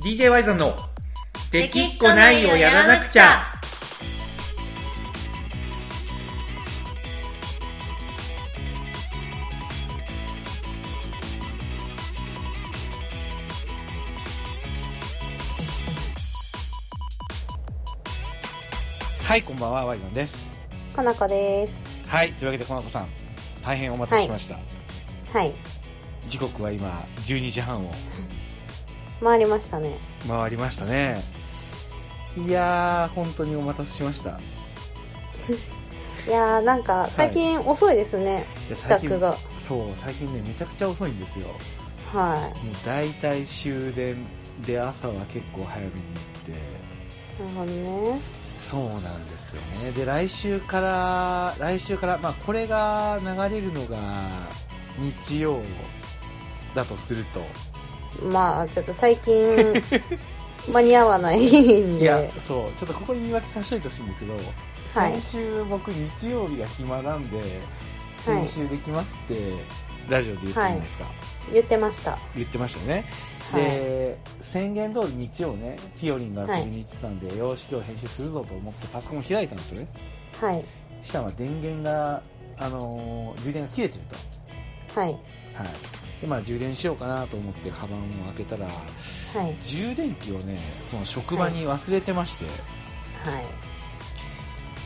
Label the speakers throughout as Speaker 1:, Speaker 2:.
Speaker 1: DJ ワイゾンの「できっこないをやらなくちゃ」はいこんばんはワイゾンです
Speaker 2: かなこです
Speaker 1: はいというわけでこなこさん大変お待たせしました、
Speaker 2: はい
Speaker 1: 時刻は今12時半を
Speaker 2: 回りましたね
Speaker 1: 回りましたねいやー本当にお待たせしました
Speaker 2: いやーなんか最近遅いですね、
Speaker 1: いや
Speaker 2: 帰
Speaker 1: 最
Speaker 2: 宅
Speaker 1: 近
Speaker 2: が
Speaker 1: そう最近ねめちゃくちゃ遅いんですよも
Speaker 2: は
Speaker 1: う大体終電で朝は結構早めに行って
Speaker 2: いなるほどね
Speaker 1: そうなんですよねで来週から来週からまあこれが流れるのが日曜だとすると
Speaker 2: まあちょっと 最近間に合わないん
Speaker 1: いや
Speaker 2: で
Speaker 1: そうちょっとここに言い訳させといてほしいんですけど、
Speaker 2: はい
Speaker 1: 先週僕日曜日が暇なんで
Speaker 2: はい
Speaker 1: 編集できますってラジオで言ったじゃないですか、
Speaker 2: 言ってました
Speaker 1: 言ってましたよね、
Speaker 2: はい
Speaker 1: で宣言通り日曜ねピオリンが遊びに行ってたんで、よーし今日編集するぞと思ってパソコンを開いたんですよね
Speaker 2: はい
Speaker 1: したら電源があのー充電が切れてると
Speaker 2: はい
Speaker 1: はいでまあ充電しようかなと思ってカバンを開けたら
Speaker 2: はい
Speaker 1: 充電器をねその職場に忘れてまして、
Speaker 2: はい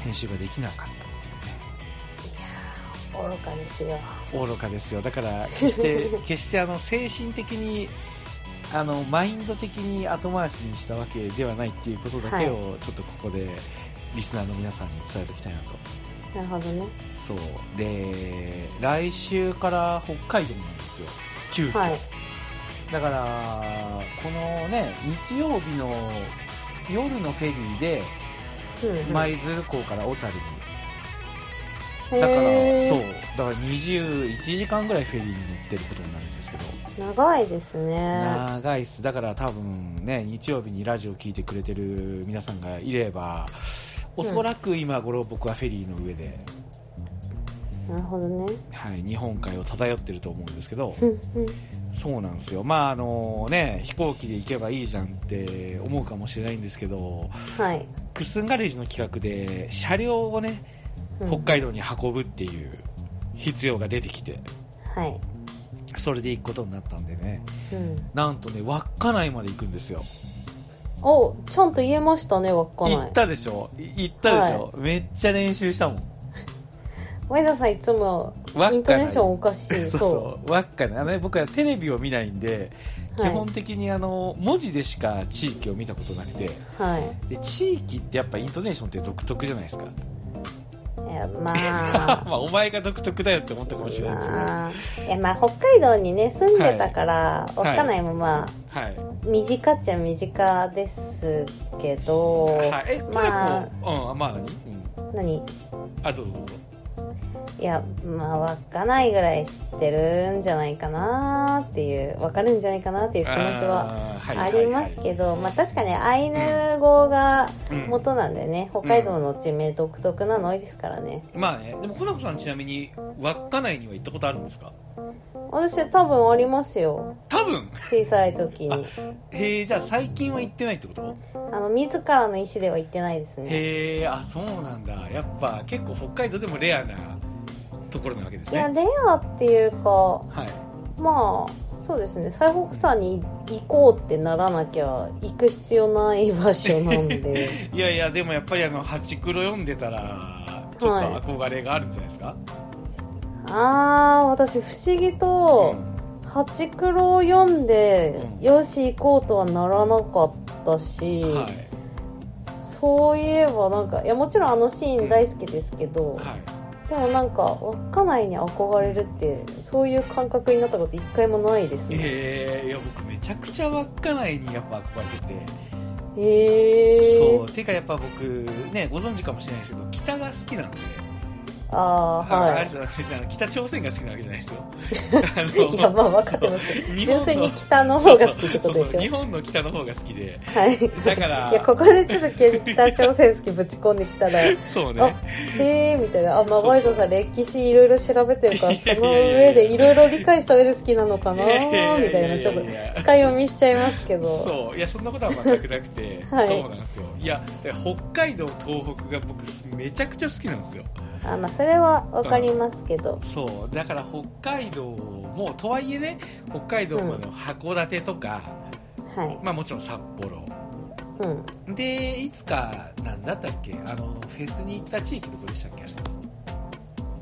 Speaker 1: 編集ができなかったって
Speaker 2: 愚かですよ
Speaker 1: いうね愚かですよだから決して 決してあの精神的にあのマインド的に後回しにしたわけではないっていうことだけをちょっとここでリスナーの皆さんに伝えておきたいなと
Speaker 2: なるほどね
Speaker 1: そうで来週から北海道なんですよ急遽、
Speaker 2: はい
Speaker 1: だからこのね日曜日の夜のフェリーで
Speaker 2: うんうん
Speaker 1: 舞鶴港から小樽に
Speaker 2: へー
Speaker 1: だから、そう。だから21時間ぐらいフェリーに乗ってることになるんですけど。
Speaker 2: 長いですね
Speaker 1: 長いっす。だから多分ね、日曜日にラジオ聞いてくれてる皆さんがいれば、おそらく今頃僕はフェリーの上で、
Speaker 2: なるほどね
Speaker 1: はい、日本海を漂ってると思うんですけど、
Speaker 2: ふんふん
Speaker 1: そうなんですよ。まああのね、飛行機で行けばいいじゃんって思うかもしれないんですけど、
Speaker 2: はい、
Speaker 1: クッスンガレージの企画で車両をね、
Speaker 2: うん
Speaker 1: 北海道に運ぶっていう必要が出てきて、
Speaker 2: はい
Speaker 1: それで行くことになったんでね。
Speaker 2: うん、
Speaker 1: なんとね、稚内まで行くんですよ。
Speaker 2: おちゃんと言えましたね稚内
Speaker 1: 行ったでしょい行ったでしょ、めっちゃ練習したもん。
Speaker 2: 前田さんいつも
Speaker 1: 稚内
Speaker 2: イントネーションおかしい
Speaker 1: そう
Speaker 2: そ
Speaker 1: そう、稚内。あのね、僕はテレビを見ないんで、
Speaker 2: う
Speaker 1: 基本的にあの、文字でしか地域を見たことなくて、
Speaker 2: はい、
Speaker 1: で、地域ってやっぱイントネーションって独特じゃないですか。
Speaker 2: はい、いやま あ
Speaker 1: まあ、お前が独特だよって思ったかもしれないですけど。
Speaker 2: まあ、いやまあ北海道にね住んでたから
Speaker 1: はい
Speaker 2: 稚内もまあ
Speaker 1: はい。
Speaker 2: 身近っちゃ身近ですけど、
Speaker 1: はい。え、これ
Speaker 2: まあ
Speaker 1: もう、うん、まあ何うん。
Speaker 2: 何い
Speaker 1: あ、どうぞどうぞ。
Speaker 2: やまあ稚内ぐらい知ってるんじゃないかなっていう分かるんじゃないかなっていう気持ちは
Speaker 1: あーはい
Speaker 2: あります
Speaker 1: はい
Speaker 2: けど、まあ確かにアイヌ語が
Speaker 1: はいうん
Speaker 2: 元なんでね、北海道の地名独特なの多いですからね、
Speaker 1: まあね、でも、コナコさんちなみに、稚内には行ったことあるんですか
Speaker 2: 私多分ありますよ
Speaker 1: 多分
Speaker 2: 小さい時に
Speaker 1: へえ、じゃあ最近は行ってないってこと
Speaker 2: あの自らの意思では言ってないですね
Speaker 1: へえ、あ、そうなんだ。やっぱ結構北海道でもレアなところなわけです
Speaker 2: いや
Speaker 1: ね。
Speaker 2: レアっていうか
Speaker 1: はい。
Speaker 2: まあそうですね最北端に行こうってならなきゃ行く必要ない場所なんで
Speaker 1: いやいや、でもやっぱりあの、ハチクロ読んでたら、ちょっと憧れがあるんじゃないですか、
Speaker 2: あー私不思議と
Speaker 1: うん
Speaker 2: 「ハチクロ」を読んで、
Speaker 1: うん
Speaker 2: よし行こうとはならなかったし、
Speaker 1: はい。
Speaker 2: そういえばなんかいやもちろんあのシーン大好きですけど、
Speaker 1: はい。
Speaker 2: でもなんか稚内に憧れるってそういう感覚になったこと一回もないですね
Speaker 1: ええ、いや、僕めちゃくちゃ稚内にやっぱ憧れてて。
Speaker 2: へえ
Speaker 1: そう。てかやっぱ僕、ね、ご存知かもしれないですけど、北が好きなんで。
Speaker 2: ああー、
Speaker 1: あ
Speaker 2: は
Speaker 1: れ
Speaker 2: い
Speaker 1: です。よ別にあの北朝鮮が好きなわけじゃないです
Speaker 2: 。
Speaker 1: よ
Speaker 2: いや、まあ、分かってます
Speaker 1: そう。日本
Speaker 2: 純
Speaker 1: の
Speaker 2: 粋に北の方が好きってことで
Speaker 1: そう
Speaker 2: し
Speaker 1: そう
Speaker 2: ょ
Speaker 1: 日。本の北の方が好きで、
Speaker 2: はい。
Speaker 1: だから
Speaker 2: いや、ここでちょっと北朝鮮好きぶち込んできた ら、へ
Speaker 1: そう
Speaker 2: あ
Speaker 1: ね。
Speaker 2: えみたいな。あ、まあ、
Speaker 1: そうそう
Speaker 2: ワイドさん歴史いろいろ調べてるから、
Speaker 1: い
Speaker 2: そ
Speaker 1: やいやいやいや
Speaker 2: の上でいろいろ理解した上で好きなのかなみたいな、ちょっと
Speaker 1: と
Speaker 2: 深読みしちゃいますけど。
Speaker 1: そういやそんなことは全くなくて、
Speaker 2: はい
Speaker 1: そうなんですよいやで北海道東北が僕めちゃくちゃ好きなんですよ
Speaker 2: あ、まあ、それは分かりますけど。
Speaker 1: そうだから北海道もとはいえね北海道までの函館とか、
Speaker 2: はい。
Speaker 1: まあもちろん札幌
Speaker 2: うん。
Speaker 1: でいつかなんだったっけあのフェスに行った地域どこでしたっけ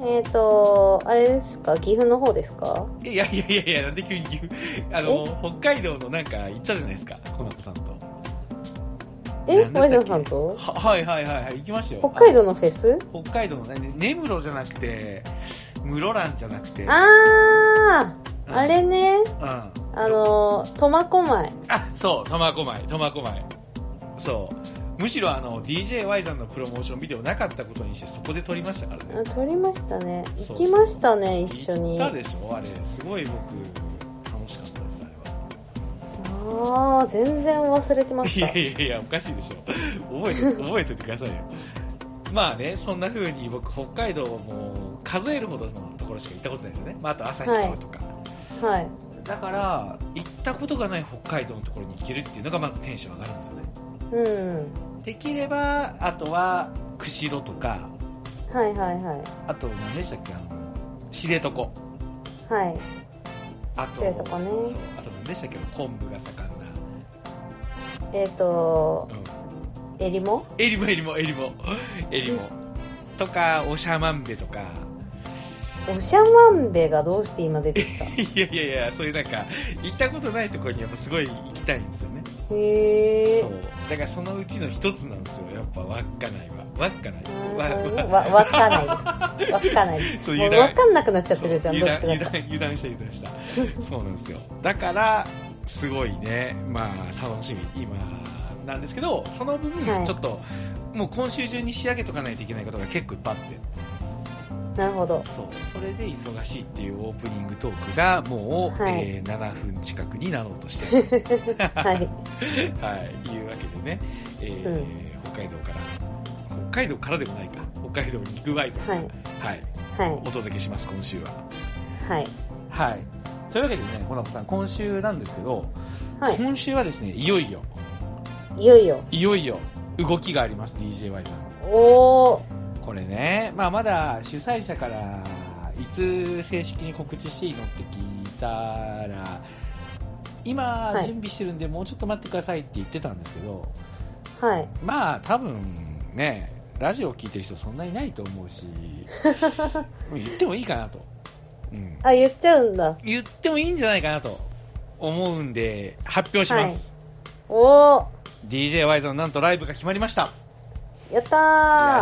Speaker 2: えっ、ー、と、あれですか岐阜の方ですか
Speaker 1: いやいやいやいやなんで急に言うあの北海道のなんか行ったじゃないですかコナコさんと
Speaker 2: え
Speaker 1: なんだ
Speaker 2: ワ
Speaker 1: っ
Speaker 2: イ
Speaker 1: たっけ
Speaker 2: ドさんと
Speaker 1: ははいはいはいはい行きましたよ
Speaker 2: 北海道のフェス
Speaker 1: 北海道のね根室じゃなくて室蘭じゃなくて
Speaker 2: あ
Speaker 1: う
Speaker 2: ー
Speaker 1: ん
Speaker 2: あれね。
Speaker 1: うん
Speaker 2: あの、苫小牧。
Speaker 1: あそう苫小牧苫小牧そうむしろあの DJY さんのプロモーションビデオなかったことにしてそこで撮りましたから
Speaker 2: あ
Speaker 1: ね
Speaker 2: 撮りましたね
Speaker 1: そ
Speaker 2: 行
Speaker 1: う
Speaker 2: きましたね一緒
Speaker 1: 行っ
Speaker 2: に
Speaker 1: た
Speaker 2: あ
Speaker 1: でしょあれすごい僕楽しかったですあれは
Speaker 2: あー全然忘れてま
Speaker 1: い
Speaker 2: し
Speaker 1: や
Speaker 2: た
Speaker 1: いやいやおかしいでしょ覚えて覚えておいてくださいよまあねそんな風に僕北海道も数えるほどのところしか行ったことないですよね、まあ、あと旭川とか、
Speaker 2: はい
Speaker 1: だから行ったことがない北海道のところに行けるっていうのがまずテンション上がるんですよね
Speaker 2: うん
Speaker 1: できればあとは釧路とか
Speaker 2: はいはいは
Speaker 1: あと何でしたっけあの知床
Speaker 2: いはい
Speaker 1: あと
Speaker 2: 知床ね
Speaker 1: そうあと何でしたっけ昆布が盛んな、
Speaker 2: えっ、ー、と
Speaker 1: うん、
Speaker 2: えりも
Speaker 1: エリモエリモエリモエリモとかおしゃまんべとか
Speaker 2: おしゃまんべがどうして今 出てきた
Speaker 1: いやいやいやそういうなんか行ったことないところにやっぱすごい行きたいんですよね
Speaker 2: へえ
Speaker 1: そうだからそのうちの一つなんですよやっぱ稚内は稚内わわ
Speaker 2: わわかんないですわかんないで す
Speaker 1: そう
Speaker 2: も
Speaker 1: 油断
Speaker 2: うわかんなくなっちゃってるじ
Speaker 1: そ
Speaker 2: ゃ
Speaker 1: うん
Speaker 2: どっ
Speaker 1: 油
Speaker 2: ち
Speaker 1: 断
Speaker 2: だ
Speaker 1: 油
Speaker 2: か
Speaker 1: 断油断した油断した そうなんですよだからすごいねまあ楽しみ今なんですけどその分
Speaker 2: はい
Speaker 1: ちょっと、もう今週中に仕上げとかないといけないことが結構いっぱいあって
Speaker 2: なる ほど
Speaker 1: そうそれで忙しいっていうオープニングトークがもう、
Speaker 2: はい
Speaker 1: えー7分近くになろうとしてる、
Speaker 2: は
Speaker 1: は
Speaker 2: い
Speaker 1: い、いうわけでね、えー
Speaker 2: う
Speaker 1: 北海道から北海道からでもないか北海道に行くワイズ
Speaker 2: はい
Speaker 1: はい、
Speaker 2: はい
Speaker 1: お届けします今週は
Speaker 2: はい
Speaker 1: はいというわけでねコナコさん今週なんですけど、
Speaker 2: は
Speaker 1: 今週はですねいよいよ
Speaker 2: いいよいよ
Speaker 1: いよいよ動きがあります DJY さん
Speaker 2: おお
Speaker 1: これね、まあ、まだ主催者からいつ正式に告知していいのって聞いたら今
Speaker 2: はい
Speaker 1: 準備してるんでもうちょっと待ってくださいって言ってたんですけど、
Speaker 2: はい
Speaker 1: まあ多分ねラジオ聞いてる人そんないないと思う し言ってもいいかなと、うん、
Speaker 2: あ言っちゃうんだ
Speaker 1: 言ってもいいんじゃないかなと思うんで発表します、
Speaker 2: おお
Speaker 1: DJY さんなんとライブが決まりました
Speaker 2: やった
Speaker 1: や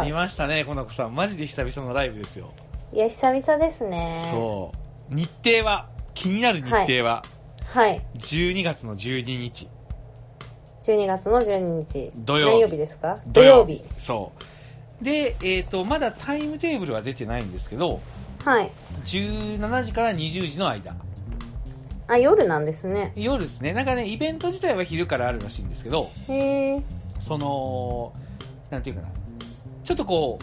Speaker 2: ー
Speaker 1: りましたねこの子さんマジで久々のライブですよ、
Speaker 2: いや久々ですね
Speaker 1: そう日程は気になる日程は、
Speaker 2: はい
Speaker 1: 12月の12日
Speaker 2: 12月の12日
Speaker 1: 土曜日
Speaker 2: 何曜日ですか土曜日
Speaker 1: そうで、えっとまだタイムテーブルは出てないんですけど
Speaker 2: はい
Speaker 1: 17時から20時の間
Speaker 2: あ夜なんですね
Speaker 1: 夜ですねなんかねイベント自体は昼からあるらしいんですけど
Speaker 2: へえ
Speaker 1: そのなんていうかなちょっとこ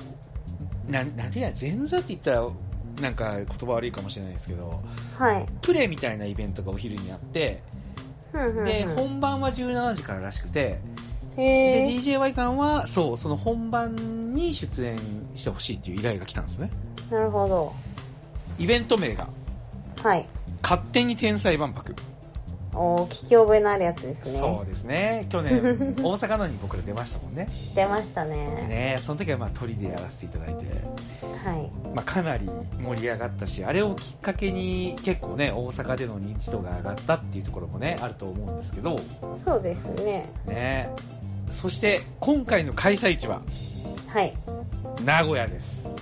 Speaker 1: うなんなんていうかな前座って言ったらなんか言葉悪いかもしれないですけど
Speaker 2: はい
Speaker 1: プレみたいなイベントがお昼にあって
Speaker 2: ふんふんふん
Speaker 1: で本番は17時かららしくてで
Speaker 2: へえ
Speaker 1: DJY さんはそうその本番に出演してほしいっていう依頼が来たんですね
Speaker 2: なるほど
Speaker 1: イベント名が
Speaker 2: はい
Speaker 1: 「勝手に天才万博」
Speaker 2: おー聞き覚えのあるやつです
Speaker 1: そ
Speaker 2: ね
Speaker 1: うです ね去年大阪のに僕ら出ましたもんね
Speaker 2: 出ましたね
Speaker 1: ねその時はまあ鳥でやらせていただいて、
Speaker 2: はい
Speaker 1: まあ、かなり盛り上がったしあれをきっかけに結構ね大阪での認知度が上がったっていうところもねあると思うんですけど
Speaker 2: そうですね
Speaker 1: ねそして今回の開催地は
Speaker 2: はい
Speaker 1: 名古屋です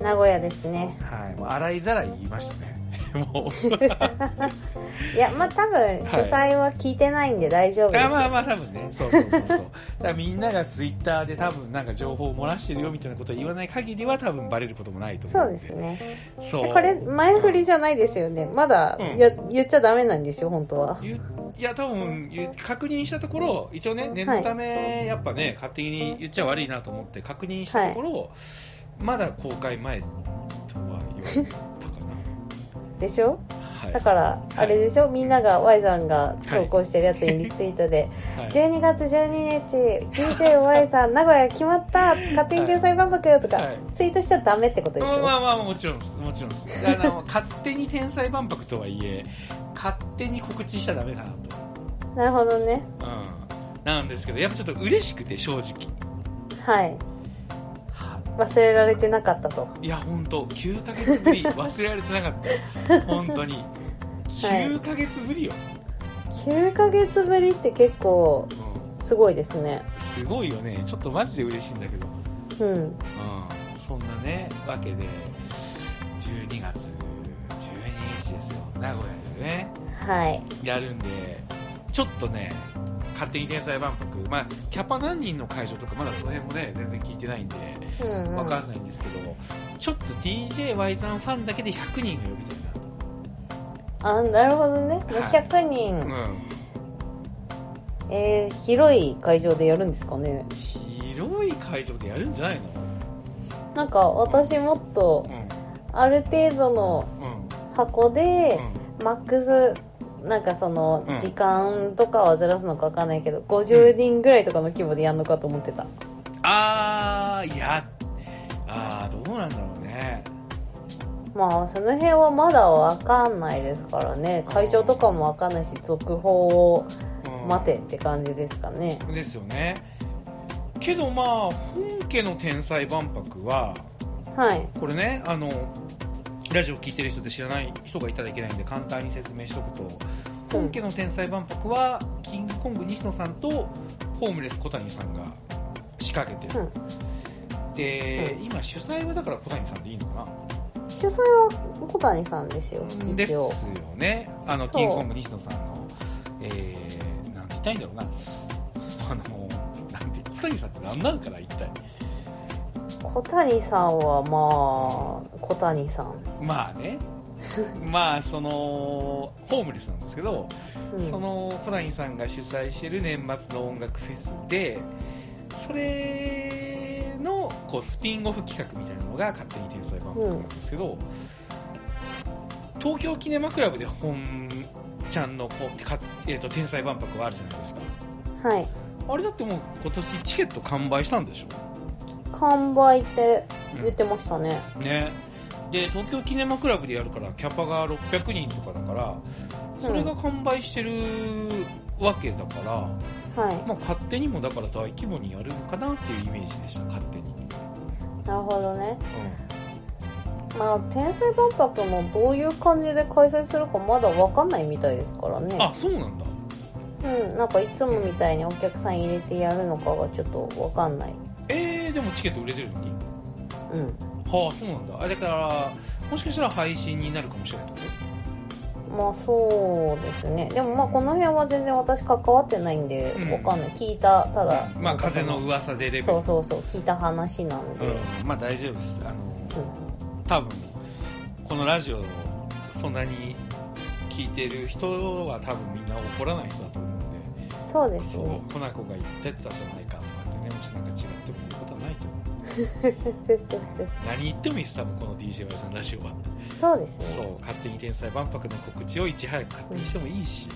Speaker 2: 名古屋ですね
Speaker 1: はいもう洗いざらい言いましたね も
Speaker 2: いや、まあ多分、主催は聞いてないんで大丈夫
Speaker 1: う。
Speaker 2: です
Speaker 1: あ
Speaker 2: よ。
Speaker 1: まあまあ、多分ね。そうそうそうそう。だからみんながツイッターで多分なんか情報を漏らしてるよみたいなことを言わない限りは多分バレることもないと思う
Speaker 2: そうん
Speaker 1: で。
Speaker 2: です。ね。
Speaker 1: そう。
Speaker 2: これ、前振りじゃないですよね。まだ、
Speaker 1: うん
Speaker 2: や言っちゃダメなんですよ、本当は。
Speaker 1: 言ういや多分言う確認したところ一応ね念のためやっぱね勝手に言っちゃ悪いなと思って確認したところ、まだ公開前とは言われたか
Speaker 2: でしょ
Speaker 1: なは
Speaker 2: だ
Speaker 1: い、
Speaker 2: から、あれでしょみんなが、Y さんが投稿してるやつにリツイートで、
Speaker 1: はい、
Speaker 2: 12月12日、DJY さん、名古屋決まった勝手に天才万博とか、
Speaker 1: はい
Speaker 2: ツイートしちゃダメってことでしょ、
Speaker 1: まあまあまあもちろんですもちろんですあの勝手に天才万博とはいえ勝手に告知しちゃダメかな
Speaker 2: なるほどね。
Speaker 1: と、うん、なんですけどやっぱちょっと嬉しくて正直
Speaker 2: はい。忘れられてなかったと。
Speaker 1: いや本当9ヶ月ぶり忘れられてなか った本当に9ヶ月ぶりよ、
Speaker 2: 9ヶ月ぶりって結構
Speaker 1: うん
Speaker 2: すごいですね。
Speaker 1: すごいよねちょっとマジで嬉しいんだけど、
Speaker 2: うん。
Speaker 1: うん、そんなねわけで12月12日ですよ名古屋でね
Speaker 2: はい。
Speaker 1: やるんでちょっとね勝手に天才万博まあキャパ何人の会場とかまだその辺もね全然聞いてないんで
Speaker 2: うん、うん。
Speaker 1: わかんないんですけど、ちょっと DJY さんファンだけで100人が呼びたいな
Speaker 2: あ、なるほどね。
Speaker 1: はい
Speaker 2: 200人。
Speaker 1: うん
Speaker 2: えー、広い会場でやるんですかね。
Speaker 1: 広い会場でやるんじゃないの
Speaker 2: なんか私もっと
Speaker 1: うん
Speaker 2: ある程度の
Speaker 1: うん
Speaker 2: 箱で、
Speaker 1: う
Speaker 2: マックス、なんかその
Speaker 1: うん
Speaker 2: 時間とかはずらすのかわかんないけど、50人ぐらいとかの規模でやるのかと思ってた。
Speaker 1: んあーいやあーどうなんだろうね
Speaker 2: まあその辺はまだわかんないですからね会場とかもわかんないし続報を
Speaker 1: うん
Speaker 2: 待てって感じですかね
Speaker 1: ですよねけどまあ本家の「天才万博は」
Speaker 2: はい
Speaker 1: これねあのラジオ聞いてる人で知らない人がいたらいけないんで簡単に説明しとくと
Speaker 2: うん
Speaker 1: 本家の「天才万博は」キングコング西野さんとホームレス小谷さんが仕掛けてる、で、
Speaker 2: う
Speaker 1: 今主催はだから小谷さんでいいのか
Speaker 2: 主催は小谷さんですよ
Speaker 1: なです
Speaker 2: 一
Speaker 1: よ
Speaker 2: 応
Speaker 1: ねあの
Speaker 2: そう
Speaker 1: キングコング西野さんのえー、なんて言いたいんだろうなあのなんて小谷さんって何なんかな一体
Speaker 2: 小谷さんはまあ小谷さん、
Speaker 1: まあ ねまあそのホームレスなんですけど、
Speaker 2: うん
Speaker 1: その小谷さんが主催してる年末の音楽フェスでそれのこうスピンオフ企画みたいなのが勝手に天才万博なんですけど、東京キネマクラブで本ちゃんのこうか、えー、と天才万博はあるじゃないですか
Speaker 2: はい
Speaker 1: あれだってもう今年チケット完売したんでしょ
Speaker 2: 完売って
Speaker 1: うん
Speaker 2: 言ってましたね、
Speaker 1: ねで東京キネマクラブでやるからキャパが600人とかだからそれが完売してるわけだから、
Speaker 2: はい
Speaker 1: まあ、勝手にもだから大規模にやるのかなっていうイメージでした勝手に、
Speaker 2: なるほどねまあ天才万博もどういう感じで開催するかまだわかんないみたいですからね
Speaker 1: あそうなんだ
Speaker 2: うん、なんかいつもみたいにお客さん入れてやるのかがちょっとわかんない。
Speaker 1: えー、でもチケット売れてるのに
Speaker 2: うん。
Speaker 1: はあそうなんだあだからもしかしたら配信になるかもしれないってこ
Speaker 2: まあそうですね。でもまあこの辺は全然私関わってないんで
Speaker 1: うん、
Speaker 2: わかんない。聞いた、た
Speaker 1: と
Speaker 2: だ。
Speaker 1: まあ風の噂でレベル
Speaker 2: そうそうそう、聞いた話なんで。
Speaker 1: うん、まあ大丈夫ですあの
Speaker 2: う
Speaker 1: 多分このラジオをそんなに聞いてる人は多分みんな怒らない人だと思うんで
Speaker 2: ん、そうです
Speaker 1: そう
Speaker 2: ね。
Speaker 1: コナコが言ってたじゃないかとかってねもしなんか違っても言うことはないと思う何言ってもいいです多分この DJY さんラジオは
Speaker 2: そうです
Speaker 1: そ
Speaker 2: ね。
Speaker 1: う勝手に天才万博の告知をいち早く勝手にしてもいいし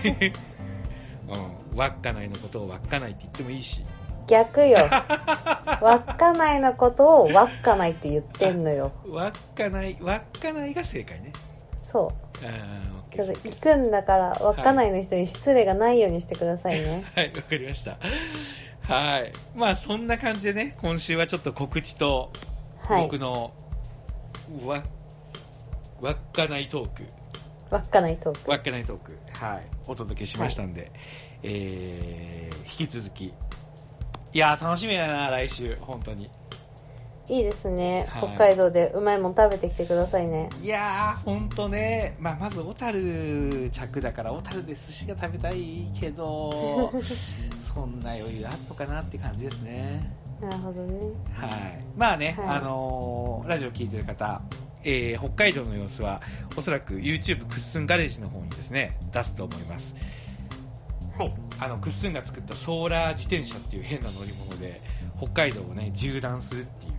Speaker 1: うん稚内のことを稚内って言ってもいいし
Speaker 2: 逆 よ。稚内のことを稚内って言ってんのよ。
Speaker 1: 稚内稚内が正解ね
Speaker 2: そ
Speaker 1: あー
Speaker 2: う。ちょっと
Speaker 1: OK
Speaker 2: 行くんだから、稚内の人に失礼がないようにしてくださいね。
Speaker 1: はい、わかりました。はい。まあ、そんな感じでね、今週はちょっと告知と、
Speaker 2: はい
Speaker 1: 僕。の、わ、わっかないトーク、
Speaker 2: 稚内トーク。
Speaker 1: わっかないトーク、はい、お届けしましたんで、えー、引き続き、いやー、楽しみだな、来週、本当に。
Speaker 2: いいですね、
Speaker 1: はい
Speaker 2: 北海道でうまいもん食べてきてくださいね
Speaker 1: いやー、ほんとね、まあ、まず小樽着だから、小樽で寿司が食べたいけ ど、そんな余裕あっとかなって感じですね。
Speaker 2: なるほどね
Speaker 1: はい。まあね、
Speaker 2: はい
Speaker 1: あのーラジオ聞いてる方、えー北海道の様子は、おそらく YouTube クッスンガレージの方にですね、出すと思います。
Speaker 2: はい
Speaker 1: あの、クッスンが作ったソーラー自転車っていう変な乗り物で、北海道をね、縦断するっていう。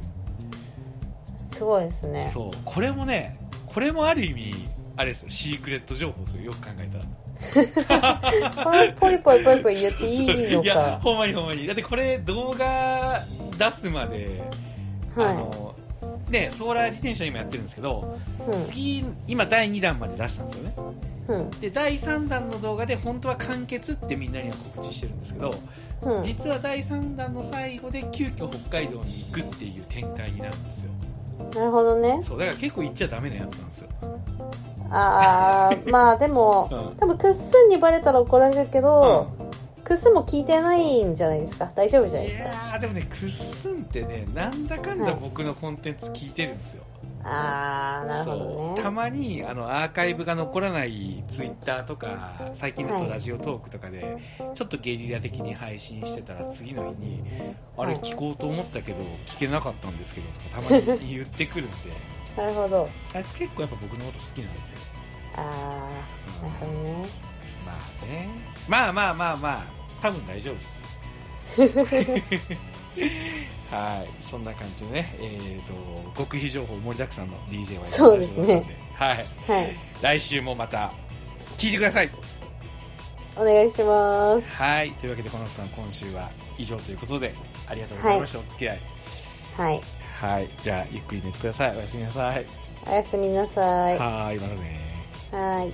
Speaker 2: すごいですね
Speaker 1: そうこれもねこれもある意味あれですよシークレット情報ですよよく考えたら
Speaker 2: これぽいぽいぽいぽい言っていい
Speaker 1: そう
Speaker 2: の
Speaker 1: いや
Speaker 2: か
Speaker 1: ほんまにほんまにだってこれ動画出すまで、あ
Speaker 2: は
Speaker 1: のねソーラー自転車今やってるんですけど、
Speaker 2: い
Speaker 1: 次今第2弾まで出したんですよね
Speaker 2: うんうん
Speaker 1: で第3弾の動画で本当は完結ってみんなには告知してるんですけど、
Speaker 2: うん
Speaker 1: 実は第3弾の最後で急遽北海道に行くっていう展開になるんですよ
Speaker 2: なるほどね
Speaker 1: そうだから結構行っちゃダメなやつなんですよ、
Speaker 2: あ あまあでも
Speaker 1: うん
Speaker 2: 多分クッスンにバレたら怒られるけど、
Speaker 1: うん
Speaker 2: クッスンも聞いてないんじゃないですか大丈夫じゃない
Speaker 1: い
Speaker 2: ですか
Speaker 1: やーでもねクッスンってねなんだかんだ僕のコンテンツ聞いてるんですよ、
Speaker 2: ああなるほど
Speaker 1: そうた
Speaker 2: ね
Speaker 1: まにあのアーカイブが残らないツイッターとか最近だとラジオトークとかで、ちょっとゲリラ的に配信してたら次の日に、あれ
Speaker 2: はい
Speaker 1: 聞こうと思ったけど聞けなかったんですけどとかたまに言ってく るんで
Speaker 2: なるほど
Speaker 1: あいつ結構やっぱ僕のこと好きなんで、
Speaker 2: ああなるほどね
Speaker 1: まあねまあまあまあまあ多分大丈夫です はいそんな感じでねえー、と極秘情報盛りだくさんの DJY の
Speaker 2: そうですね
Speaker 1: ラジオだったんはい
Speaker 2: はい
Speaker 1: 来週もまた聞いてください
Speaker 2: お願いします
Speaker 1: はいというわけでこのさん今週は以上ということでありがとうございました、お付き合い
Speaker 2: はい
Speaker 1: はいじゃあゆっくり寝てくださいおやすみなさい
Speaker 2: おやすみなさい
Speaker 1: はーいまたね
Speaker 2: はい